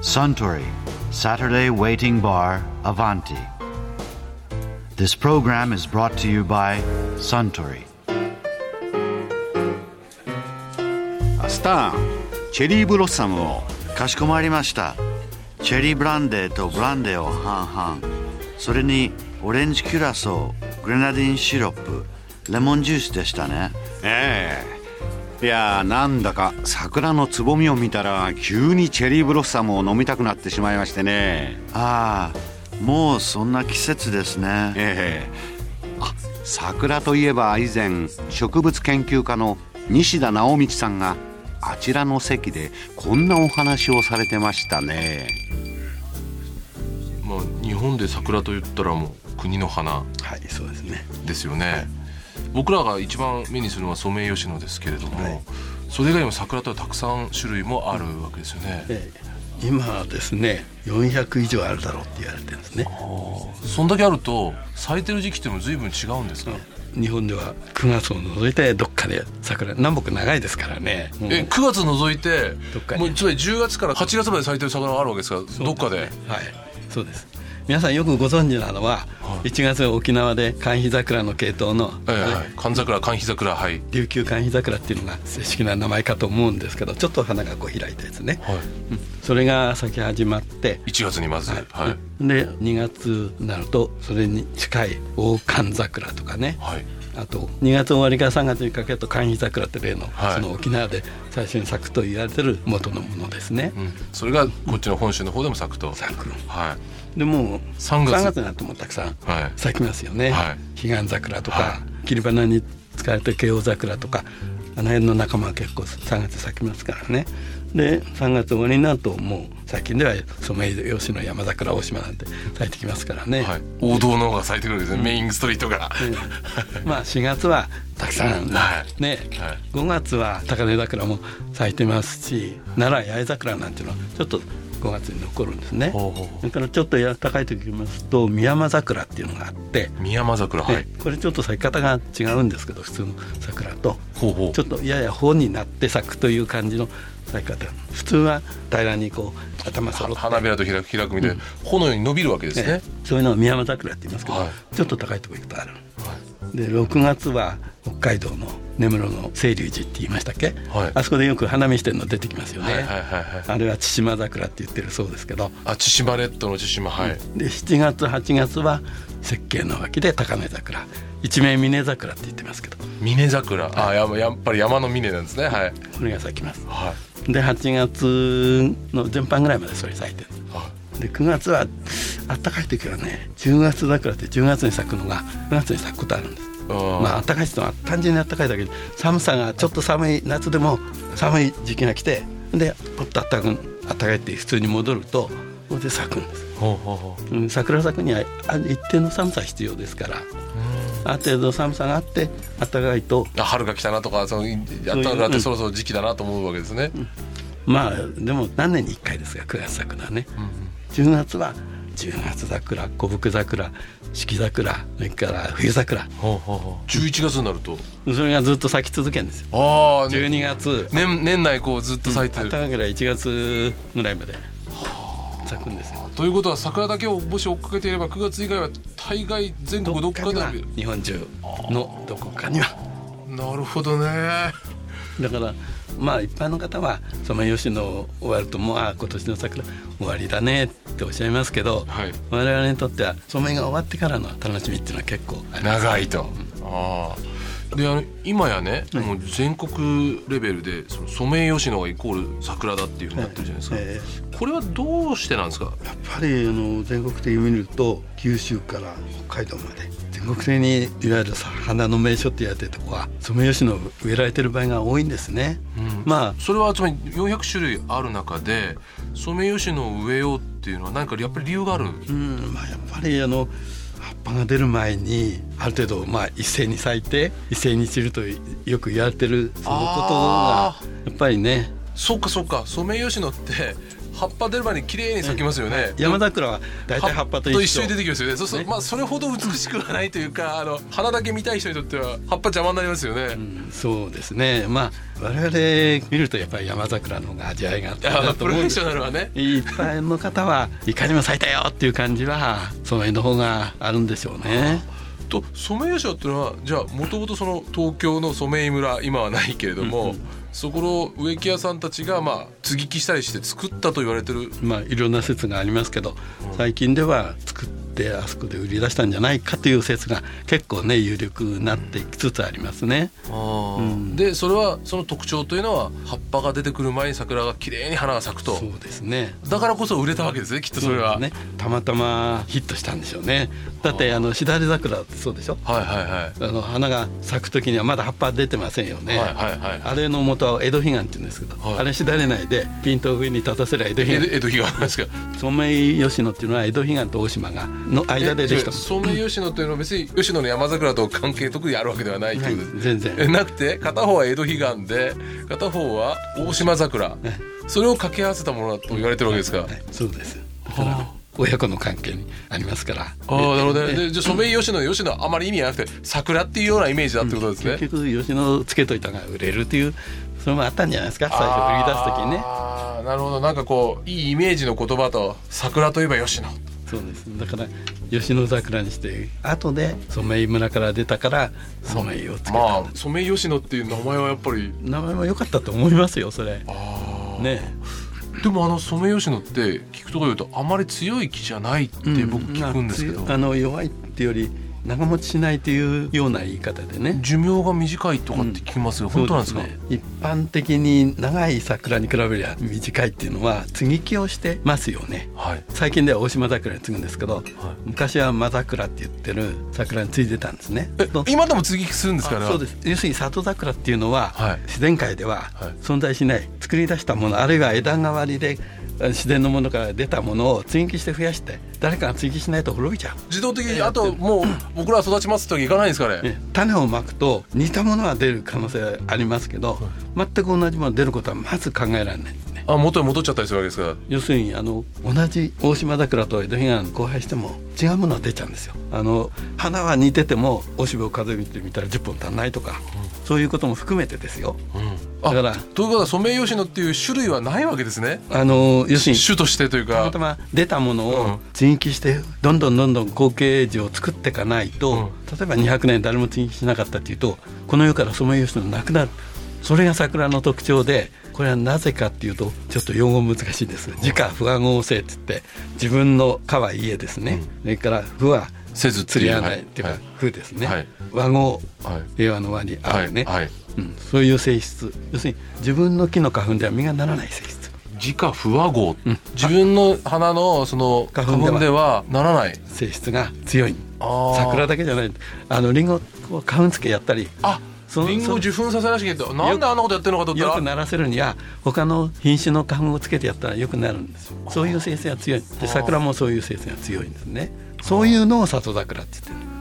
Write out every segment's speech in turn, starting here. Suntory, Saturday Waiting Bar, Avanti. This program is brought to you by Suntory. スターチェリーブロッサムをかしこまりましたチェリーブランデーとブランデーを半々それにオレンジキュラソーグレナディンシロップレモンジュースでしたねええいやーなんだか桜のつぼみを見たら急にチェリーブロッサムを飲みたくなってしまいましてねああもうそんな季節ですねええあ桜といえば以前植物研究家の西田直道さんがあちらの席でこんなお話をされてましたねまあ、日本で桜と言ったらもう国の花はいそうですねですよね、僕らが一番目にするのはソメイヨシノですけれども、それ以外にも桜とはたくさん種類もあるわけですよね、えー今はですね400以上あるだろうって言われてるんですねそんだけあると咲いてる時期っていうのも随分違うんですか、日本では9月を除いてどっかで桜南北長いですからね、もうえ9月除いてどっかにもうつまり10月から8月まで咲いてる桜があるわけですからどっかで、はいそうです皆さんよくご存知なのは、1月は沖縄で寒緋桜の系統の、ええはい、寒桜寒肥桜はい、琉球寒緋桜っていうのが正式な名前かと思うんですけどちょっと花がこう開いたやつね、はい、うんそれが咲き始まって1月にまずはい、はいで2月になるとそれに近い大寒桜とかね、あと2月終わりから3月にかけると寒緋桜って例の、はいその沖縄で最初に咲くと言われてる元のものですね。うん、それがこっちの本州の方でも咲くと、咲くはいでもう三月三になるともうたくさんはい咲きますよね。はい彼岸桜とか、は切り花に使われて京王桜とかあの辺の仲間は結構3月咲きますからね。で3月終わりになるともう最近ではソメイヨシノ山桜大島なんて咲いてきますからね。はい、王道の方が咲いてくるわけですね、メインストリートが、 まあ4月はたくさんはいね、はい5月は高根桜も咲いてますし奈良八重桜なんていうのはちょっと5月に残るんですねほうほうほうそれからちょっとや高い時に行きますと宮山桜っていうのがあって、宮山桜はいねこれちょっと咲き方が違うんですけど普通の桜とほうほうちょっとやや穂になって咲くという感じの咲き方普通は平らにこう頭揃って花びらと開く開くみたいな、炎のように伸びるわけですねえ、えそういうのを宮山桜って言いますけど、はちょっと高いところ行くとある、で6月は北海道の根室の清流寺って言いましたっけ、はいあそこでよく花見してるの出てきますよね、はいはいはいはいあれは千島桜って言ってるそうですけどあ千島列島の千島はい、で7月8月は石鹸の脇で高根桜一面峰桜って言ってますけどこ峰桜あややっぱり山の峰なんですねはいれが咲きますはいで8月の前半ぐらいまでそれ咲いてるはで9月はあったかい時はね10月桜って10月に咲くのが9月に咲くことあるんですあーまあ暖かいっていうのは単純に暖かいだけで寒さがちょっと寒い夏でも寒い時期が来てでポッと暖かく暖かいって普通に戻るとそれで咲くんです、ほうほうほうん、桜咲くにはあ一定の寒さが必要ですからある程度寒さがあって暖かいとうあ春が来たなとかそのやったそういうなっうてんそろそろ時期だなと思うわけですね、まあでも何年に1回ですが9月咲くのはね、10月は10月桜小福桜四季桜それから冬桜ほうほうほう11月になるとそれがずっと咲き続けるんですよああ、ね12月年年内こうずっと咲いて暖る、かいぐらい1月ぐらいまで咲くんですよということは桜だけをもし追っかけていれば9月以外は大概全国どどっっかかでには日本中のどこかにはなるほどねだからまあ一般の方はソメイヨシノ終わるともうあ今年の桜終わりだねっておっしゃいますけど、はい我々にとってはソメイが終わってからの楽しみっていうのは結構あります長いと、ああであの今やね、もう全国レベルでそのソメイヨシノがイコール桜だっていうふうになってるじゃないですか、えこれはどうしてなんですかやっぱりあの全国的に見ると九州から北海道まで全国的にいわゆる花の名所って言われてるとこはソメイヨシノ植えられてる場合が多いんですね、まあそれはつまり400種類ある中でソメイヨシノを植えようっていうのは何かやっぱり理由がある、うんまあ、やっぱりあの葉っぱが出る前にある程度まあ一斉に咲いて一斉に散るとよく言われてるそのことがあやっぱりねそうかそうかソメイヨシノって葉っぱ出る前に綺麗に咲きますよね、山桜は大体葉っぱと一緒に出てきますよねそうそう、ねまあそれほど美しくはないというかあの花だけ見たい人にとっては葉っぱ邪魔になりますよね、そうですねまあ我々見るとやっぱり山桜の方が味わいがあったあなのとプロ思フェうんでッすショナルはねいっぱいの方はいかにも咲いたよっていう感じはその辺の方があるんでしょうね。とソメイヨシノっていうのはじゃあもともとその東京のソメイ村今はないけれども、そこの植木屋さんたちがまあ接ぎ木したりして作ったと言われてるまあいろんな説がありますけど最近では作ってあそこで売り出したんじゃないかという説が結構ね有力になってきつつありますね。うんでそれはその特徴というのは葉っぱが出てくる前に桜が綺麗に花が咲くとそうですね。だからこそ売れたわけですねきっとそれは。ね、たまたまヒットしたんでしょうね。だってあのしだれ桜ってそうでしょ。はいはいはい。あの花が咲く時にはまだ葉っぱ出てませんよね。はいはいはいあれの元は江戸彼岸って言うんですけど、はいあれしだれないでピントを上に立たせりゃ江戸彼江岸戸江戸彼岸です けどソメイヨシノっていうのは江戸彼岸と大島がの間でできたえソメイヨシノというのは別に吉野の山桜と関係特にあるわけではないということです全然えなくて片方は江戸彼岸で片方は大島桜それを掛け合わせたものだと言われてるわけですかはいそうですだから親子の関係にありますからああなるほどねでじゃあソメイヨシノ吉野はあまり意味がなくて桜っていうようなイメージだってことですね結局吉野つけといたが売れるというそれもあったんじゃないですか最初売り出す時にねあーなるほどなんかこういいイメージの言葉と桜といえば吉野そうですだから吉野桜にして後でソメイ村から出たからソメイをつけた、まあソメイヨシノっていう名前はやっぱり名前も良かったと思いますよそれねでもあのソメイヨシノって聞くところ言うとあまり強い木じゃないって僕ま聞あくんですけど、つあの弱いっていうより長持ちしないというような言い方でね寿命が短いとかって聞きますが、本当なんですかそうね一般的に長い桜に比べりゃ短いっていうのは接ぎ木をしてますよねはい最近では大島桜に継ぐんですけど、昔は真桜って言ってる桜に継いでたんですねえの今でも接ぎ木するんですからあそうです要するに里桜っていうのは、はい自然界ではい存在しない、作り出したものあるいは枝代わりであ自然のものから出たものを接ぎ木して増やして誰かが接ぎ木しないと滅びちゃう自動的にあともう僕らは育ちますってわけいかないんですかねね種をまくと似たものは出る可能性ありますけど、全く同じものが出ることはまず考えられないんですねあ元に戻っちゃったりするわけですから要するにあの同じ大島桜と江戸彼岸交配しても違うものが出ちゃうんですよあの花は似ててもおしべを数えてみたら10本足んないとか、そういうことも含めてですよ、あだからということはソメイヨシノっていう種類はないわけですねあの要するに種としてというたかまたま出たものうんを接ぎ木してどんどんどんどん後継樹を作っていかないと、うん例えば200年誰も接ぎ木しなかったっていうとこの世からソメイヨシノがなくなるそれが桜の特徴でこれはなぜかっていうとちょっと用語難しいです自家不和合成って言って自分の家は家ですね、それから不はせず釣り合わなはいっていうはか不ですね、はい和合はい平和の和に合うね、はいはいうん、そういう性質要するに自分の木の花粉では実がならない性質自家不和合、自分の花のその花花粉では粉ではならない性質が強いあー桜だけじゃないあのリンゴを花粉付けやったりあそのリンゴを受粉させらしいけどなんであんなことやってるのかと思よったくらならせるには他の品種の花粉をつけてやったらよくなるんですよそういう性質が強いで桜もそういう性質が強いんですねそういうのを里桜って言ってる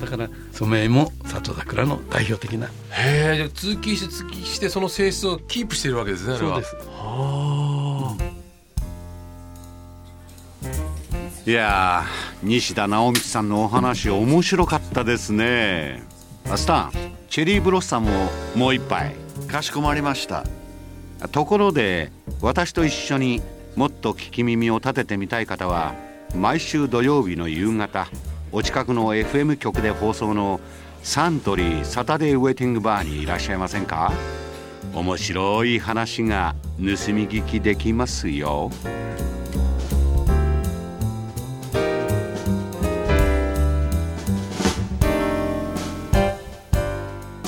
だからソメイも里桜の代表的なへえじゃあ通勤して通勤してその性質をキープしてるわけですねあれはそうですいやー西田直道さんのお話面白かったですねあスタンチェリーブロッサムをもう一杯かしこまりましたところで私と一緒にもっと聞き耳を立ててみたい方は毎週土曜日の夕方お近くの FM 局で放送のサントリーサタデーウェイティングバーにいらっしゃいませんか面白い話が盗み聞きできますよ。